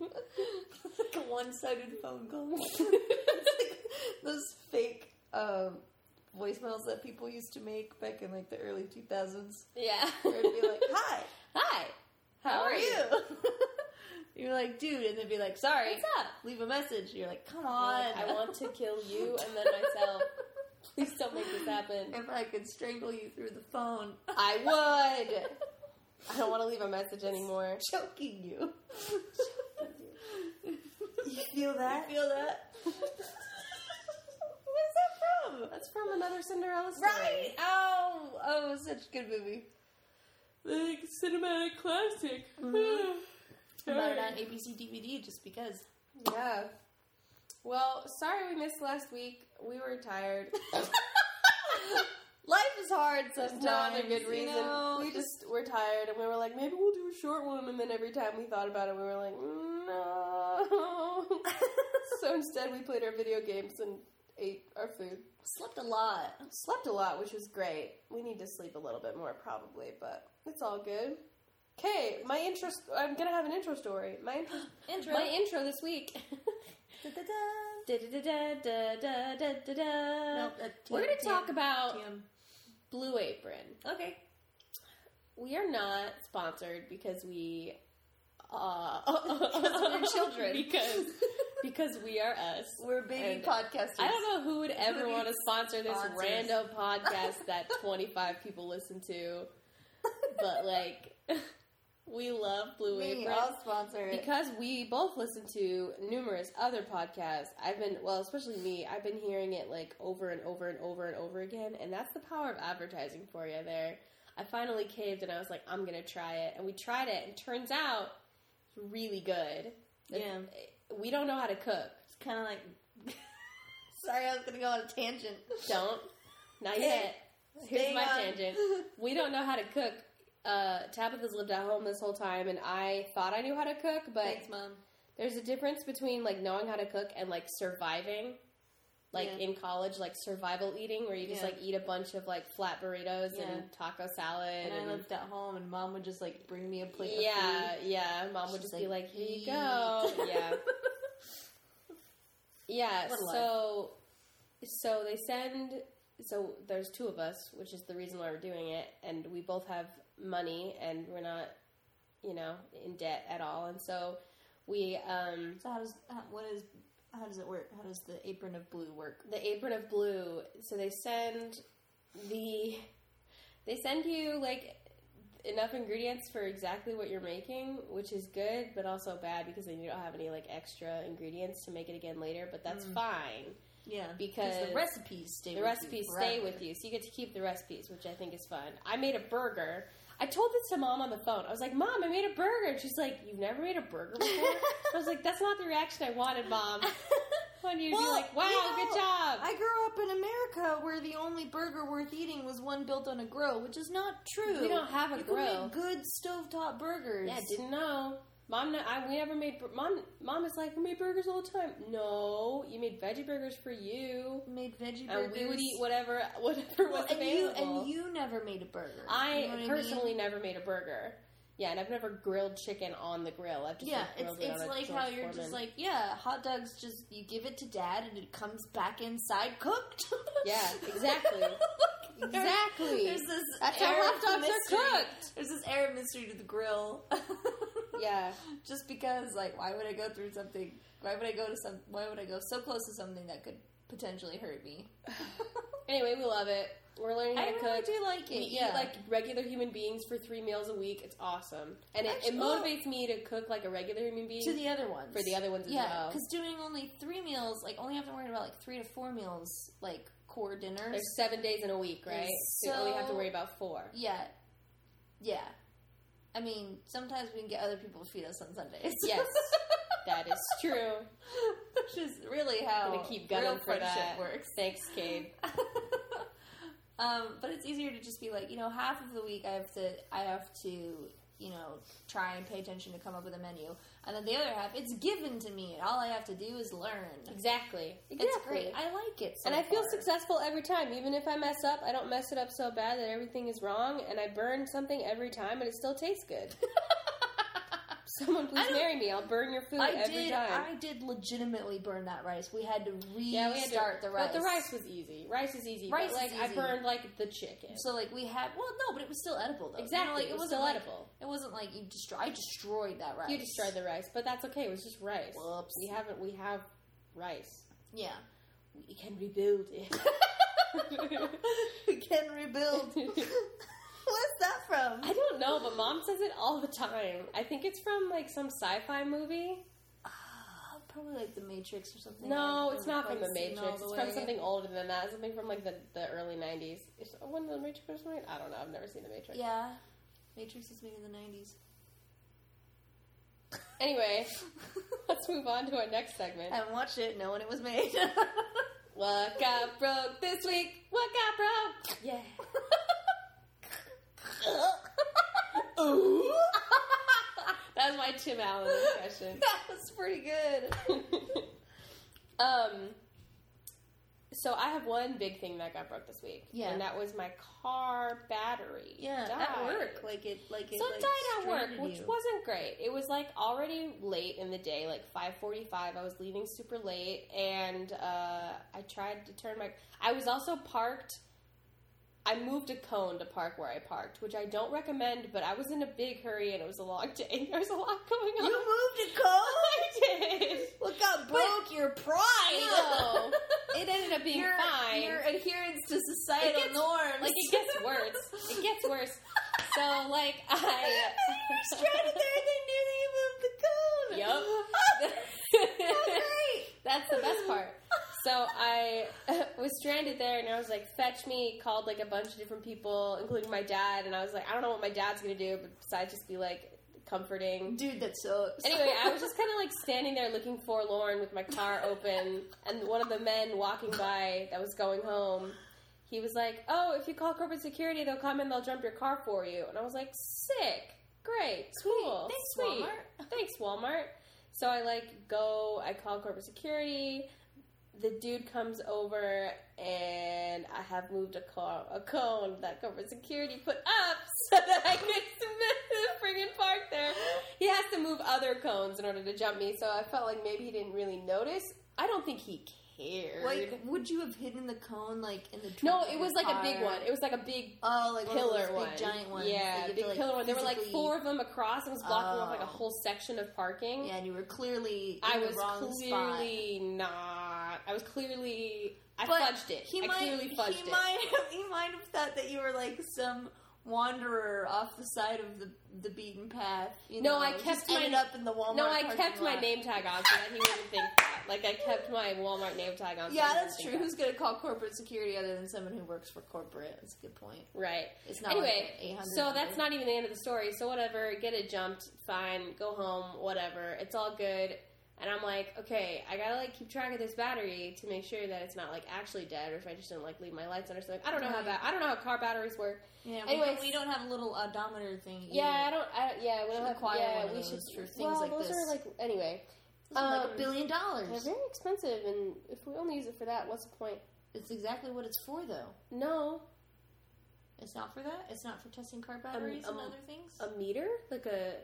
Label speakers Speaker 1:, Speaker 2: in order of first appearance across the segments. Speaker 1: like a one-sided phone call. It's like those fake um, voicemails that people used to make back in like the early 2000s,
Speaker 2: Yeah.
Speaker 1: where it'd be like, "Hi,
Speaker 2: Hi.
Speaker 1: how are you?" You're like, "Dude," and they'd be like, "Sorry,
Speaker 2: What's up?
Speaker 1: leave a message." You're like, "Come on,
Speaker 2: Like, I want to kill you and then myself. Please don't make this happen.
Speaker 1: If I could strangle you through the phone,
Speaker 2: I would. I don't want to leave a message anymore.
Speaker 1: choking you. you feel that? You feel that? Where's that from?
Speaker 2: That's from another Cinderella story.
Speaker 1: Right! Oh, oh, it was such a good movie.
Speaker 2: Like cinematic classic.
Speaker 1: Mhm. I bought it on
Speaker 2: Sorry.
Speaker 1: ABC DVD just because.
Speaker 2: Yeah. Well, sorry we missed last week. We were tired.
Speaker 1: Life is hard sometimes.
Speaker 2: It's not a good
Speaker 1: you
Speaker 2: reason.
Speaker 1: know?
Speaker 2: we just were tired, and we were like, maybe we'll do a short one. And then every time we thought about it, we were like, no. so instead, we played our video games and ate our food.
Speaker 1: slept a lot.
Speaker 2: Slept a lot, which was great. We need to sleep a little bit more, probably, but it's all good. Okay, my intro. I'm gonna have an intro story. My intro.
Speaker 1: Intro.
Speaker 2: my intro this week.
Speaker 1: Da-da-da.
Speaker 2: Da, da, da, da, da, da, da, da.
Speaker 1: Nope, uh,
Speaker 2: We're
Speaker 1: TM,
Speaker 2: gonna talk
Speaker 1: TM,
Speaker 2: about
Speaker 1: TM.
Speaker 2: Blue Apron.
Speaker 1: Okay.
Speaker 2: We are not sponsored because we uh
Speaker 1: we're children.
Speaker 2: because because we are us.
Speaker 1: We're baby
Speaker 2: And
Speaker 1: podcasters.
Speaker 2: I don't know who would ever
Speaker 1: Who
Speaker 2: want to
Speaker 1: needs
Speaker 2: sponsor this
Speaker 1: sponsors?
Speaker 2: random podcast that 25 people listen to, but like we love Blue
Speaker 1: Me,
Speaker 2: Apron.
Speaker 1: I'll sponsor it.
Speaker 2: Because we both listen to numerous other podcasts, I've been, well, especially me, I've been hearing it like over and over and over and over again. And that's the power of advertising for you there. I finally caved and I was like, I'm going to try it. And we tried it and turns out it's really good.
Speaker 1: yeah.
Speaker 2: We don't know how to cook.
Speaker 1: It's kind of like. Sorry, I was gonna go on a tangent.
Speaker 2: Don't. Not
Speaker 1: Okay.
Speaker 2: yet. Here's
Speaker 1: Staying
Speaker 2: my
Speaker 1: on-
Speaker 2: tangent. We don't know how to cook. Uh, Tabitha's lived at home this whole time, and I thought I knew how to cook, but
Speaker 1: Thanks, mom.
Speaker 2: There's a difference between like knowing how to cook and like surviving. Like
Speaker 1: Yeah.
Speaker 2: in college, like survival eating, where you just
Speaker 1: Yeah.
Speaker 2: like eat a bunch of like flat burritos
Speaker 1: Yeah.
Speaker 2: and taco salad.
Speaker 1: And
Speaker 2: And,
Speaker 1: I lived at home, and mom would just like bring me a plate. Of food.
Speaker 2: yeah, yeah. Mom would
Speaker 1: She's
Speaker 2: just be
Speaker 1: like,
Speaker 2: like, "Here
Speaker 1: "Eat."
Speaker 2: you go." Yeah, yeah.
Speaker 1: What a life.
Speaker 2: So, so they send. So there's two of us, which is the reason why we're doing it, and we both have money, and we're not, you know, in debt at all, and so we um
Speaker 1: So how does how, what is how does it work? How does the apron of blue work?
Speaker 2: the apron of blue so they send the they send you like enough ingredients for exactly what you're making which is good but also bad because then you don't have any like extra ingredients to make it again later but that's
Speaker 1: Mm.
Speaker 2: fine
Speaker 1: Yeah,
Speaker 2: Because
Speaker 1: the recipes stay.
Speaker 2: the
Speaker 1: with
Speaker 2: recipes
Speaker 1: you
Speaker 2: stay
Speaker 1: forever.
Speaker 2: with you so you get to keep the recipes which i think is fun i made a burger i told this to mom on the phone i was like mom i made a burger and she's like you've never made a burger before i was like that's not the reaction i wanted mom i wanted you to
Speaker 1: Well,
Speaker 2: be like wow
Speaker 1: you know,
Speaker 2: good job
Speaker 1: I grew up in America where the only burger worth eating was one built on a grill, which is not true.
Speaker 2: we don't have a
Speaker 1: you can
Speaker 2: grill
Speaker 1: make good stovetop burgers.
Speaker 2: Yeah, I didn't know. Mom, no- I, we never made. bur- Mom, mom is like, we made burgers all the time. No, you made veggie burgers for you,
Speaker 1: made veggie burgers.
Speaker 2: and we would eat whatever, whatever was
Speaker 1: Well, and you
Speaker 2: available.
Speaker 1: and you never made a burger.
Speaker 2: I
Speaker 1: You know what mean?
Speaker 2: personally never made a burger. Yeah, and I've never grilled chicken on the grill. I've just
Speaker 1: Yeah,
Speaker 2: like,
Speaker 1: it's
Speaker 2: grilled it
Speaker 1: it's
Speaker 2: on a
Speaker 1: like
Speaker 2: George
Speaker 1: how you're
Speaker 2: Foreman.
Speaker 1: just like, yeah, hot dogs just you give it to dad and it comes back inside cooked.
Speaker 2: Yeah, exactly. Exactly.
Speaker 1: There's this
Speaker 2: That's how
Speaker 1: air
Speaker 2: hot
Speaker 1: of
Speaker 2: dogs
Speaker 1: mystery.
Speaker 2: are cooked.
Speaker 1: There's this air of mystery to the grill.
Speaker 2: Yeah,
Speaker 1: Just because like why would I go through something why would I go to some why would I go so close to something that could potentially hurt me?
Speaker 2: Anyway, we love it. We're learning how
Speaker 1: I
Speaker 2: to
Speaker 1: really
Speaker 2: cook.
Speaker 1: do like
Speaker 2: We
Speaker 1: it.
Speaker 2: eat
Speaker 1: Yeah.
Speaker 2: like regular human beings for three meals a week. It's awesome, and it, it
Speaker 1: Actually- oh.
Speaker 2: motivates me to cook like a regular human being
Speaker 1: to the other ones.
Speaker 2: for the other ones as
Speaker 1: Yeah,
Speaker 2: well.
Speaker 1: because doing only three meals, like only having to worry about like three to four meals, like core dinners.
Speaker 2: There's seven days in a week, right?
Speaker 1: It's
Speaker 2: So, you only have to
Speaker 1: so-
Speaker 2: worry about four.
Speaker 1: Yeah. Yeah. I mean, sometimes we can get other people to feed us on Sundays.
Speaker 2: Yes, that is true.
Speaker 1: Which is really how
Speaker 2: Gonna keep gunning
Speaker 1: real
Speaker 2: for
Speaker 1: friendship
Speaker 2: that.
Speaker 1: works.
Speaker 2: Thanks, Cade.
Speaker 1: um, but it's easier to just be like, you know, half of the week I have to I have to, you know, try and pay attention to come up with a menu. And then the other half, it's given to me and all I have to do is learn.
Speaker 2: Exactly.
Speaker 1: It's great. I like it. So
Speaker 2: and I feel
Speaker 1: far.
Speaker 2: successful every time. Even if I mess up, I don't mess it up so bad that everything is wrong, and I burn something every time, and it still tastes good. Someone please
Speaker 1: I don't-
Speaker 2: marry me. I'll burn your food
Speaker 1: I
Speaker 2: every
Speaker 1: did.
Speaker 2: time.
Speaker 1: I did legitimately burn that rice. We had to restart
Speaker 2: yeah, we had to,
Speaker 1: the rice.
Speaker 2: But the rice was easy. Rice is easy.
Speaker 1: Rice
Speaker 2: but
Speaker 1: is
Speaker 2: like I
Speaker 1: easy.
Speaker 2: burned like the chicken.
Speaker 1: So like we had. Well, no, but it was still edible though. You know,
Speaker 2: exactly.
Speaker 1: like
Speaker 2: it was
Speaker 1: wasn't
Speaker 2: still
Speaker 1: like-
Speaker 2: edible.
Speaker 1: It wasn't like you destroy. I destroyed that rice.
Speaker 2: You destroyed the rice, but that's okay. It was just rice.
Speaker 1: Whoops.
Speaker 2: We haven't. We have rice.
Speaker 1: Yeah.
Speaker 2: We can rebuild it.
Speaker 1: we can rebuild. What's that from?
Speaker 2: I don't know, but mom says it all the time. I think it's from like some sci-fi movie.
Speaker 1: Ah, Probably like the Matrix or something.
Speaker 2: No,
Speaker 1: I've
Speaker 2: it's
Speaker 1: never
Speaker 2: not from
Speaker 1: quite
Speaker 2: the
Speaker 1: seen all
Speaker 2: Matrix.
Speaker 1: the
Speaker 2: It's from
Speaker 1: way.
Speaker 2: something older than that. Something from like the, the early '90s. Is when the Matrix was made? I don't know. I've never seen the Matrix.
Speaker 1: Yeah, Matrix is made in the nineties.
Speaker 2: Anyway, let's move on to our next segment.
Speaker 1: I watched it knowing it was made.
Speaker 2: What got broke this week? What got broke? Yeah.
Speaker 1: Ooh.
Speaker 2: That was my Tim Allen impression.
Speaker 1: that was pretty good.
Speaker 2: um, so I have one big thing that got broke this week.
Speaker 1: Yeah.
Speaker 2: And that was my car battery.
Speaker 1: Yeah,
Speaker 2: died.
Speaker 1: at work, like it, like it,
Speaker 2: So
Speaker 1: like,
Speaker 2: it died at
Speaker 1: stranded
Speaker 2: work, which
Speaker 1: you.
Speaker 2: wasn't great. It was like already late in the day, like five forty-five. I was leaving super late, and uh, I tried to turn my. I was also parked. I moved a cone to park where I parked, which I don't recommend. But I was in a big hurry, and it was a long day. There was a lot going
Speaker 1: You
Speaker 2: on.
Speaker 1: moved to Cole.
Speaker 2: I did.
Speaker 1: Look how broke your pride.
Speaker 2: No, it ended up being
Speaker 1: your,
Speaker 2: fine.
Speaker 1: Your adherence to societal
Speaker 2: It gets-
Speaker 1: norms.
Speaker 2: Like it gets worse. It gets worse. So like I.
Speaker 1: you were stranded there. They knew that you moved the cone.
Speaker 2: Yup.
Speaker 1: great.
Speaker 2: That's the best part. So I was stranded there, and I was like, "Fetch me!" Called like a bunch of different people, including my dad, and I was like, "I don't know what my dad's gonna do, but besides just be like comforting."
Speaker 1: Dude, that's so.
Speaker 2: Anyway, I was just kind of like standing there looking forlorn with my car open, and one of the men walking by that was going home, he was like, "Oh, if you call corporate security, they'll come and they'll jump your car for you." And I was like, "Sick, great, cool,
Speaker 1: Thanks,
Speaker 2: sweet."
Speaker 1: Walmart.
Speaker 2: thanks walmart so i like go i call corporate security the dude comes over and i have moved a, car, a cone that corporate security put up so that i could friggin' park there he has to move other cones in order to jump me so i felt like maybe he didn't really notice i don't think he cared
Speaker 1: Like, would you have hidden the cone like in the?
Speaker 2: no
Speaker 1: trunk of
Speaker 2: it
Speaker 1: your
Speaker 2: was like a big
Speaker 1: car?
Speaker 2: one it was like a big
Speaker 1: Oh, like one
Speaker 2: pillar
Speaker 1: of those
Speaker 2: one,
Speaker 1: big giant ones.
Speaker 2: Yeah,
Speaker 1: that you have to,
Speaker 2: big
Speaker 1: like,
Speaker 2: pillar one. There were like
Speaker 1: physically-
Speaker 2: four of them across. and was blocking off like a
Speaker 1: Oh.
Speaker 2: whole section of parking.
Speaker 1: Yeah, and you were clearly. In
Speaker 2: I
Speaker 1: the
Speaker 2: was
Speaker 1: wrong spot.
Speaker 2: clearly not. I was clearly. I
Speaker 1: But
Speaker 2: fudged it.
Speaker 1: He
Speaker 2: I
Speaker 1: might,
Speaker 2: clearly fudged
Speaker 1: he
Speaker 2: it.
Speaker 1: might have, he might have thought that you were like some wanderer off the side of the the beaten path. You
Speaker 2: No,
Speaker 1: know,
Speaker 2: I
Speaker 1: just
Speaker 2: kept
Speaker 1: ended
Speaker 2: my-
Speaker 1: up in the Walmart.
Speaker 2: no, I
Speaker 1: parking
Speaker 2: kept my
Speaker 1: lot.
Speaker 2: name tag on so that he wouldn't think that. Like I kept my Walmart name tag on. so
Speaker 1: Yeah,
Speaker 2: he wouldn't
Speaker 1: that's
Speaker 2: think
Speaker 1: true.
Speaker 2: that.
Speaker 1: Who's going to call corporate security other than someone who works for corporate? That's a good point.
Speaker 2: Right.
Speaker 1: It's not
Speaker 2: anyway,
Speaker 1: like an 800
Speaker 2: so that's
Speaker 1: number.
Speaker 2: not even the end of the story. So whatever, get it jumped, fine, go home, whatever. It's all good. And I'm like, okay, I gotta like keep track of this battery to make sure that it's not like actually dead, or if I just didn't like leave my lights on or something. I don't know how
Speaker 1: Right.
Speaker 2: that. I don't know how car batteries work.
Speaker 1: Yeah,
Speaker 2: Anyway,
Speaker 1: we, don't, we don't have a little odometer thing. either.
Speaker 2: Yeah, I don't. I don't yeah, we
Speaker 1: Should
Speaker 2: don't have.
Speaker 1: acquire
Speaker 2: Yeah,
Speaker 1: one of
Speaker 2: we
Speaker 1: those
Speaker 2: should.
Speaker 1: for things
Speaker 2: well,
Speaker 1: like
Speaker 2: those
Speaker 1: this.
Speaker 2: are like anyway.
Speaker 1: This is like
Speaker 2: um,
Speaker 1: a billion
Speaker 2: They're
Speaker 1: dollars.
Speaker 2: very expensive, and if we only use it for that, what's the point?
Speaker 1: It's exactly what it's for, though.
Speaker 2: No,
Speaker 1: It's not for that. It's not for testing car batteries
Speaker 2: um,
Speaker 1: and other things.
Speaker 2: a meter, like a.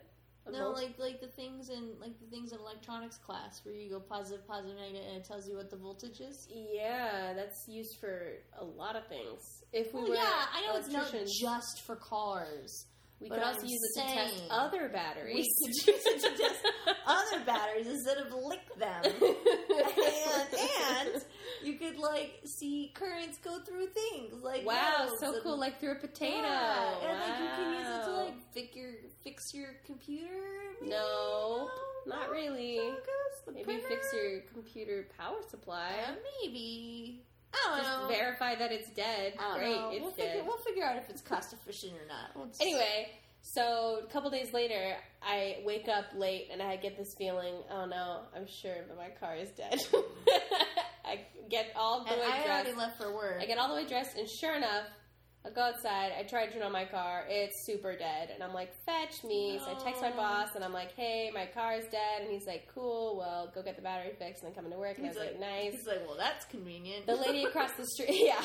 Speaker 2: a
Speaker 1: no,
Speaker 2: mul-
Speaker 1: like like the things in like the things in electronics class where you go positive, positive, negative, and it tells you what the voltage is.
Speaker 2: Yeah, that's used for a lot of things. If we
Speaker 1: Well,
Speaker 2: were
Speaker 1: yeah, I know it's not
Speaker 2: electricians,
Speaker 1: just for cars.
Speaker 2: we
Speaker 1: but
Speaker 2: could
Speaker 1: I'm
Speaker 2: also use it to test
Speaker 1: saying-
Speaker 2: other batteries.
Speaker 1: We should um, use it to test Other batteries instead of lick them. and and you could like see currents go through things like
Speaker 2: wow,
Speaker 1: metals
Speaker 2: so
Speaker 1: and-
Speaker 2: cool! Like through a potato.
Speaker 1: Yeah, and like you can use it to
Speaker 2: Wow.
Speaker 1: like fix your fix your computer. maybe?
Speaker 2: No,
Speaker 1: No,
Speaker 2: not
Speaker 1: no,
Speaker 2: really.
Speaker 1: so it goes to the
Speaker 2: Maybe fix
Speaker 1: printer.
Speaker 2: your computer power supply.
Speaker 1: Uh, maybe. I don't
Speaker 2: Just
Speaker 1: know.
Speaker 2: verify that it's dead.
Speaker 1: I don't
Speaker 2: Great,
Speaker 1: know.
Speaker 2: it's
Speaker 1: we'll,
Speaker 2: dead.
Speaker 1: figure, we'll figure out if it's cost efficient or not. We'll just-
Speaker 2: Anyway, so a couple days later, I wake up late and I get this feeling, oh no, I'm sure that my car is dead. I get all the
Speaker 1: and
Speaker 2: way
Speaker 1: I
Speaker 2: dressed.
Speaker 1: already left for work.
Speaker 2: I get all the way dressed, and sure enough, I go outside. I try to turn on my car. It's super dead. And I'm like, fetch me. So I text my
Speaker 1: No.
Speaker 2: boss and I'm like, hey, my car is dead. And he's like, cool. Well, go get the battery fixed and then come into work. And I
Speaker 1: He's
Speaker 2: was like,
Speaker 1: like-
Speaker 2: nice.
Speaker 1: He's like, well, that's convenient.
Speaker 2: The lady across the street. Yeah.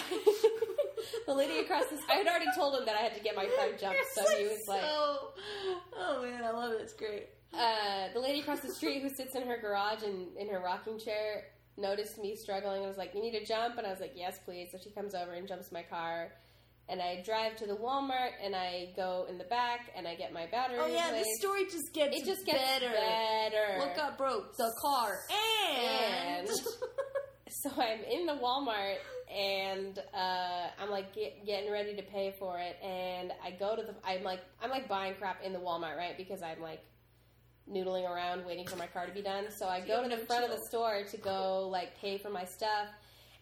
Speaker 2: the lady across the I had already told him that I had to get my car jumped. So he was like,
Speaker 1: so- oh man, I love it. It's great.
Speaker 2: uh, the lady across the street who sits in her garage and in her rocking chair noticed me struggling and was like, You need to jump? And I was like, Yes, please. So she comes over and jumps my car. And I drive to the Walmart and I go in the back and I get my battery.
Speaker 1: Oh yeah,
Speaker 2: replaced.
Speaker 1: this story just gets
Speaker 2: it just gets better.
Speaker 1: better. What got broke? The car. And,
Speaker 2: And- So I'm in the Walmart and uh, I'm like get, getting ready to pay for it, and I go to the I'm like I'm like buying crap in the Walmart right because I'm like noodling around waiting for my car to be done. So I go to the front of the store to go like pay for my stuff,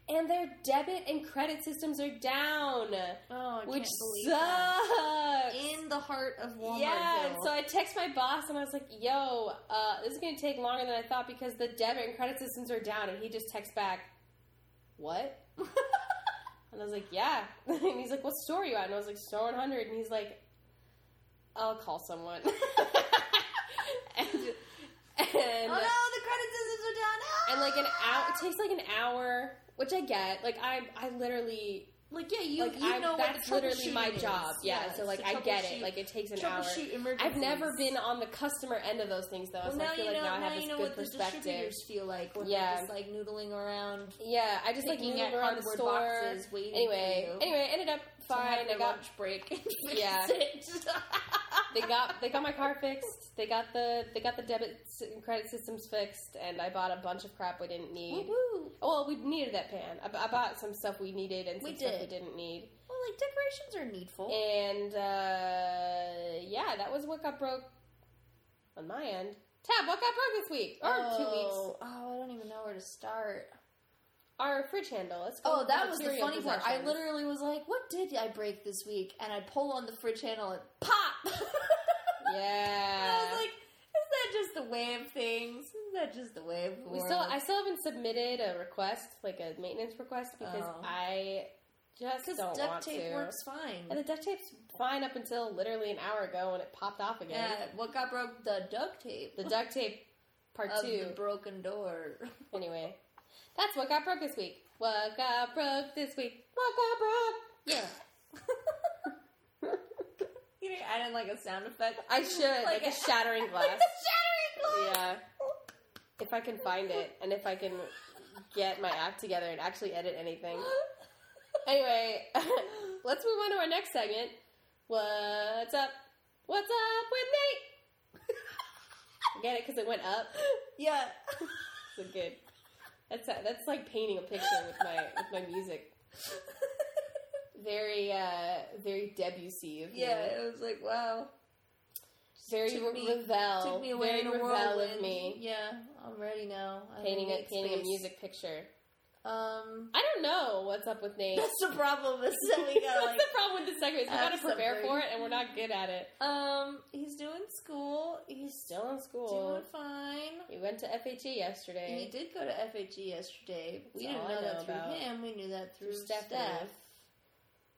Speaker 2: and their debit and credit systems are down,
Speaker 1: oh, I
Speaker 2: which
Speaker 1: can't believe that.
Speaker 2: sucks.
Speaker 1: In the heart of Walmart.
Speaker 2: Yeah, so I text my boss and I was like, "Yo, uh, this is gonna take longer than I thought because the debit and credit systems are down." And he just texts back, "What?" and I was like, "Yeah." and he's like, "What store are you at?" And I was like, "Store 100." And he's like, "I'll call someone." and
Speaker 1: oh
Speaker 2: and,
Speaker 1: no, the credit systems are down. Ah!
Speaker 2: and like an hour, it takes like an hour, which I get. Like I, I literally
Speaker 1: Like yeah, you
Speaker 2: like
Speaker 1: you
Speaker 2: I,
Speaker 1: know what
Speaker 2: that's
Speaker 1: the
Speaker 2: literally my
Speaker 1: troubleshooting is.
Speaker 2: job. Yeah, so like
Speaker 1: the
Speaker 2: I get it.
Speaker 1: troubleshoot-
Speaker 2: Like it takes an hour.
Speaker 1: troubleshoot emergencies.
Speaker 2: I've never been on the customer end of those things though,
Speaker 1: Well,
Speaker 2: so
Speaker 1: now
Speaker 2: I feel
Speaker 1: you
Speaker 2: like
Speaker 1: know.
Speaker 2: now I
Speaker 1: now
Speaker 2: have this
Speaker 1: you know
Speaker 2: good
Speaker 1: what the
Speaker 2: perspective.
Speaker 1: distributors feel like when
Speaker 2: Yeah.
Speaker 1: they're just like noodling around,
Speaker 2: Yeah, I just like
Speaker 1: picking
Speaker 2: moved
Speaker 1: at
Speaker 2: around the
Speaker 1: cardboard
Speaker 2: store.
Speaker 1: boxes, waiting.
Speaker 2: Anyway,
Speaker 1: for you.
Speaker 2: anyway, ended up
Speaker 1: to have
Speaker 2: fine.
Speaker 1: your
Speaker 2: I got
Speaker 1: lunch break. and fix
Speaker 2: Yeah.
Speaker 1: it.
Speaker 2: they got they got my car fixed. They got the they got the debit s- and credit systems fixed, and I bought a bunch of crap we didn't need.
Speaker 1: Woo-hoo.
Speaker 2: Well, we needed that pan. I, bu- I bought some stuff we needed and some
Speaker 1: We
Speaker 2: stuff we
Speaker 1: did.
Speaker 2: didn't need.
Speaker 1: Well, like decorations are needful.
Speaker 2: And uh, yeah, that was what got broke on my end. Tab, what got broke this week or two weeks?
Speaker 1: Oh, Oh, I don't even know where to start.
Speaker 2: Our fridge handle. Let's go
Speaker 1: Oh,
Speaker 2: with
Speaker 1: that was the
Speaker 2: material
Speaker 1: funny part. I
Speaker 2: possessions.
Speaker 1: literally was like, "What did I break this week?" And I pull on the fridge handle and pop. And I
Speaker 2: Yeah.
Speaker 1: was like, "Is that just the way of things? Is that just the way of the
Speaker 2: we
Speaker 1: world?"
Speaker 2: still, I still haven't submitted a request, like a maintenance request, because
Speaker 1: Oh.
Speaker 2: I just
Speaker 1: because
Speaker 2: don't want
Speaker 1: duct tape
Speaker 2: to.
Speaker 1: works fine.
Speaker 2: And the duct tape's fine up until literally an hour ago when it popped off again.
Speaker 1: yeah, what got broke? The duct tape.
Speaker 2: The duct tape part
Speaker 1: of
Speaker 2: two.
Speaker 1: the broken door.
Speaker 2: anyway, that's what got broke this week. What got broke this week? What got broke?
Speaker 1: Yeah. you know, I didn't like a sound effect.
Speaker 2: I should like,
Speaker 1: Like
Speaker 2: a
Speaker 1: a-
Speaker 2: shattering
Speaker 1: Like
Speaker 2: glass.
Speaker 1: the shattering glass.
Speaker 2: yeah. If I can find it, and if I can get my act together and actually edit anything. Anyway, let's move on to our next segment. What's up? What's up with Nate? Get it? Because it went up.
Speaker 1: yeah.
Speaker 2: So good. That's that's like painting a picture with my with my music. Very uh very Debussy. Of me.
Speaker 1: Yeah, it was like, wow.
Speaker 2: Very
Speaker 1: Took me-
Speaker 2: Ravel.
Speaker 1: Took me
Speaker 2: very
Speaker 1: away in a
Speaker 2: Ravel
Speaker 1: whirlwind.
Speaker 2: of me.
Speaker 1: Yeah, I'm ready now. I'm
Speaker 2: Painting
Speaker 1: gonna
Speaker 2: a
Speaker 1: make
Speaker 2: painting a
Speaker 1: space.
Speaker 2: music picture.
Speaker 1: Um,
Speaker 2: I don't know what's up with Nate.
Speaker 1: that's the problem is that we got
Speaker 2: That's
Speaker 1: like,
Speaker 2: the problem with the segment. is We
Speaker 1: have
Speaker 2: gotta prepare
Speaker 1: something.
Speaker 2: for it, and we're not good at it.
Speaker 1: um, he's doing school. He's
Speaker 2: Still in school.
Speaker 1: doing fine.
Speaker 2: You went to FHE yesterday.
Speaker 1: He did go to FHE yesterday. We
Speaker 2: That's all
Speaker 1: didn't
Speaker 2: I
Speaker 1: know
Speaker 2: know
Speaker 1: that through
Speaker 2: about.
Speaker 1: him. We knew that
Speaker 2: Through
Speaker 1: through
Speaker 2: Stephanie.
Speaker 1: Steph.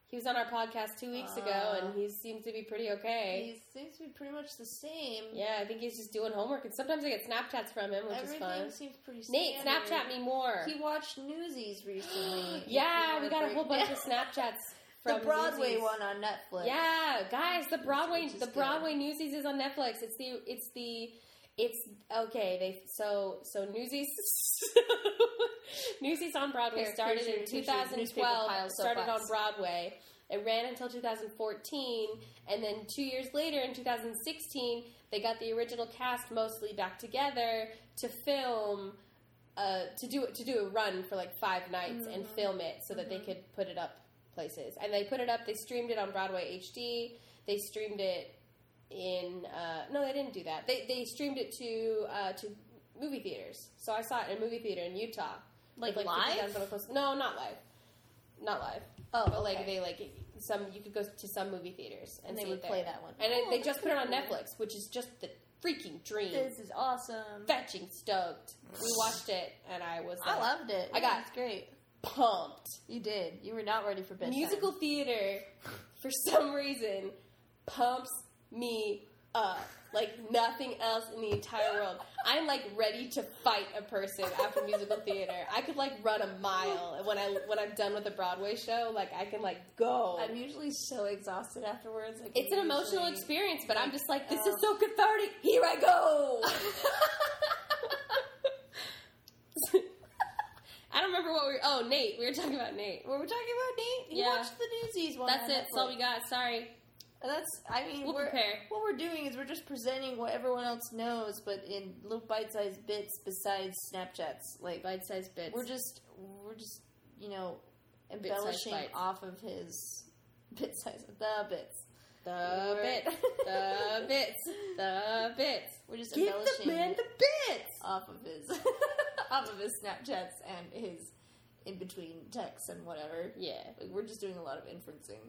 Speaker 2: He was on our podcast two weeks ago,
Speaker 1: Ah.
Speaker 2: and he seemed to be pretty okay.
Speaker 1: He seems to be pretty much the same.
Speaker 2: yeah, I think he's just doing homework, and sometimes I get Snapchats from him, which is
Speaker 1: Everything
Speaker 2: fun.
Speaker 1: seems pretty
Speaker 2: Nate,
Speaker 1: standard.
Speaker 2: Snapchat me more.
Speaker 1: He watched Newsies recently.
Speaker 2: yeah,
Speaker 1: If
Speaker 2: we
Speaker 1: you
Speaker 2: got a
Speaker 1: remember.
Speaker 2: whole bunch of Snapchats from
Speaker 1: the Broadway
Speaker 2: Newsies.
Speaker 1: one on Netflix.
Speaker 2: Yeah, guys, the Broadway
Speaker 1: Which is
Speaker 2: the
Speaker 1: good.
Speaker 2: Broadway Newsies is on Netflix. It's the it's the it's okay. They so so Newsies Newsies on Broadway
Speaker 1: Here,
Speaker 2: started
Speaker 1: here's your-
Speaker 2: in
Speaker 1: here's your
Speaker 2: 2012.
Speaker 1: newspaper pile
Speaker 2: started on
Speaker 1: soapbox.
Speaker 2: Broadway. It ran until 2014, and then two years later, in 2016, they got the original cast mostly back together to film. Uh, to do to do a run for like five nights and
Speaker 1: Mhm.
Speaker 2: film it so that they
Speaker 1: Mhm.
Speaker 2: could put it up places. And they put it up. They streamed it on Broadway HD. They streamed it in. Uh, no, they didn't do that. They they streamed it to uh, to movie theaters. So I saw it in a movie theater in Utah.
Speaker 1: Like,
Speaker 2: With,
Speaker 1: live?
Speaker 2: 50,000 people close- No, not live. Not live.
Speaker 1: Oh,
Speaker 2: But like
Speaker 1: okay.
Speaker 2: they like some you could go to some movie theaters and,
Speaker 1: and they
Speaker 2: see
Speaker 1: would
Speaker 2: it there.
Speaker 1: play that one.
Speaker 2: And
Speaker 1: Oh,
Speaker 2: it, they
Speaker 1: that's
Speaker 2: just put it on
Speaker 1: cool.
Speaker 2: Netflix, which is just the freaking dream.
Speaker 1: This is awesome.
Speaker 2: Fetching stoked. We watched it and I was like,
Speaker 1: I loved it.
Speaker 2: I got-
Speaker 1: It's great.
Speaker 2: pumped.
Speaker 1: You did. You were not ready for bedtime.
Speaker 2: Musical theater, for some reason, pumps me up like nothing else in the entire world. I'm like ready to fight a person after musical theater. I could like run a mile and when I when I'm done with a Broadway show. Like I can like go.
Speaker 1: I'm usually so exhausted afterwards. Like
Speaker 2: it's an
Speaker 1: I'm
Speaker 2: emotional
Speaker 1: usually-
Speaker 2: experience, but I'm just like, this
Speaker 1: um,
Speaker 2: is so cathartic. Here I go. I don't remember what we. Were, oh, Nate. We were talking about Nate.
Speaker 1: Were we talking about Nate? He
Speaker 2: Yeah.
Speaker 1: watched the Newsies one.
Speaker 2: That's
Speaker 1: on
Speaker 2: it. That's all we
Speaker 1: Netflix.
Speaker 2: got. Sorry.
Speaker 1: And That's. I mean,
Speaker 2: We'll
Speaker 1: we're
Speaker 2: prepare.
Speaker 1: what we're doing is we're just presenting what everyone else knows, but in little bite-sized bits. Besides Snapchats, like
Speaker 2: Bite-sized bits.
Speaker 1: we're just we're just you know
Speaker 2: Bit-sized
Speaker 1: embellishing
Speaker 2: bites.
Speaker 1: off of his bit size the bits.
Speaker 2: the bits. The bits. The bits.
Speaker 1: We're just
Speaker 2: Give
Speaker 1: embellishing
Speaker 2: the man the bits.
Speaker 1: off of his off of his Snapchats and his in between texts and whatever.
Speaker 2: Yeah,
Speaker 1: Like we're just doing a lot of inferencing.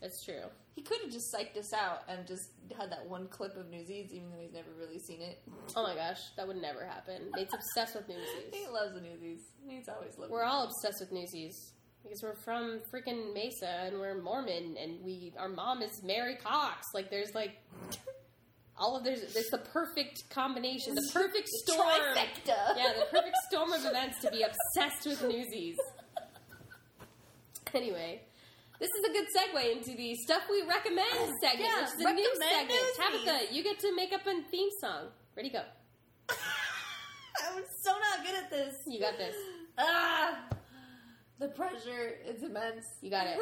Speaker 2: that's true.
Speaker 1: He could have just psyched us out and just had that one clip of Newsies, even though he's never really seen it.
Speaker 2: Oh my gosh, that would never happen. Nate's obsessed with Newsies.
Speaker 1: He loves the Newsies. He's always loved.
Speaker 2: We're all obsessed with Newsies because we're from freaking Mesa and we're Mormon and we our mom is Mary Cox. Like there's like all of there's there's the perfect combination, the perfect
Speaker 1: The
Speaker 2: storm.
Speaker 1: Trifecta.
Speaker 2: Yeah, the perfect storm of events to be obsessed with Newsies. Anyway, this is a good segue into the stuff we recommend segment,
Speaker 1: Yeah,
Speaker 2: which is a new
Speaker 1: recommend
Speaker 2: segment.
Speaker 1: Newsies.
Speaker 2: Tabitha, you get to make up a theme song. Ready, go.
Speaker 1: I was so not good at this.
Speaker 2: You got this.
Speaker 1: Ah, the pressure is immense.
Speaker 2: You got it.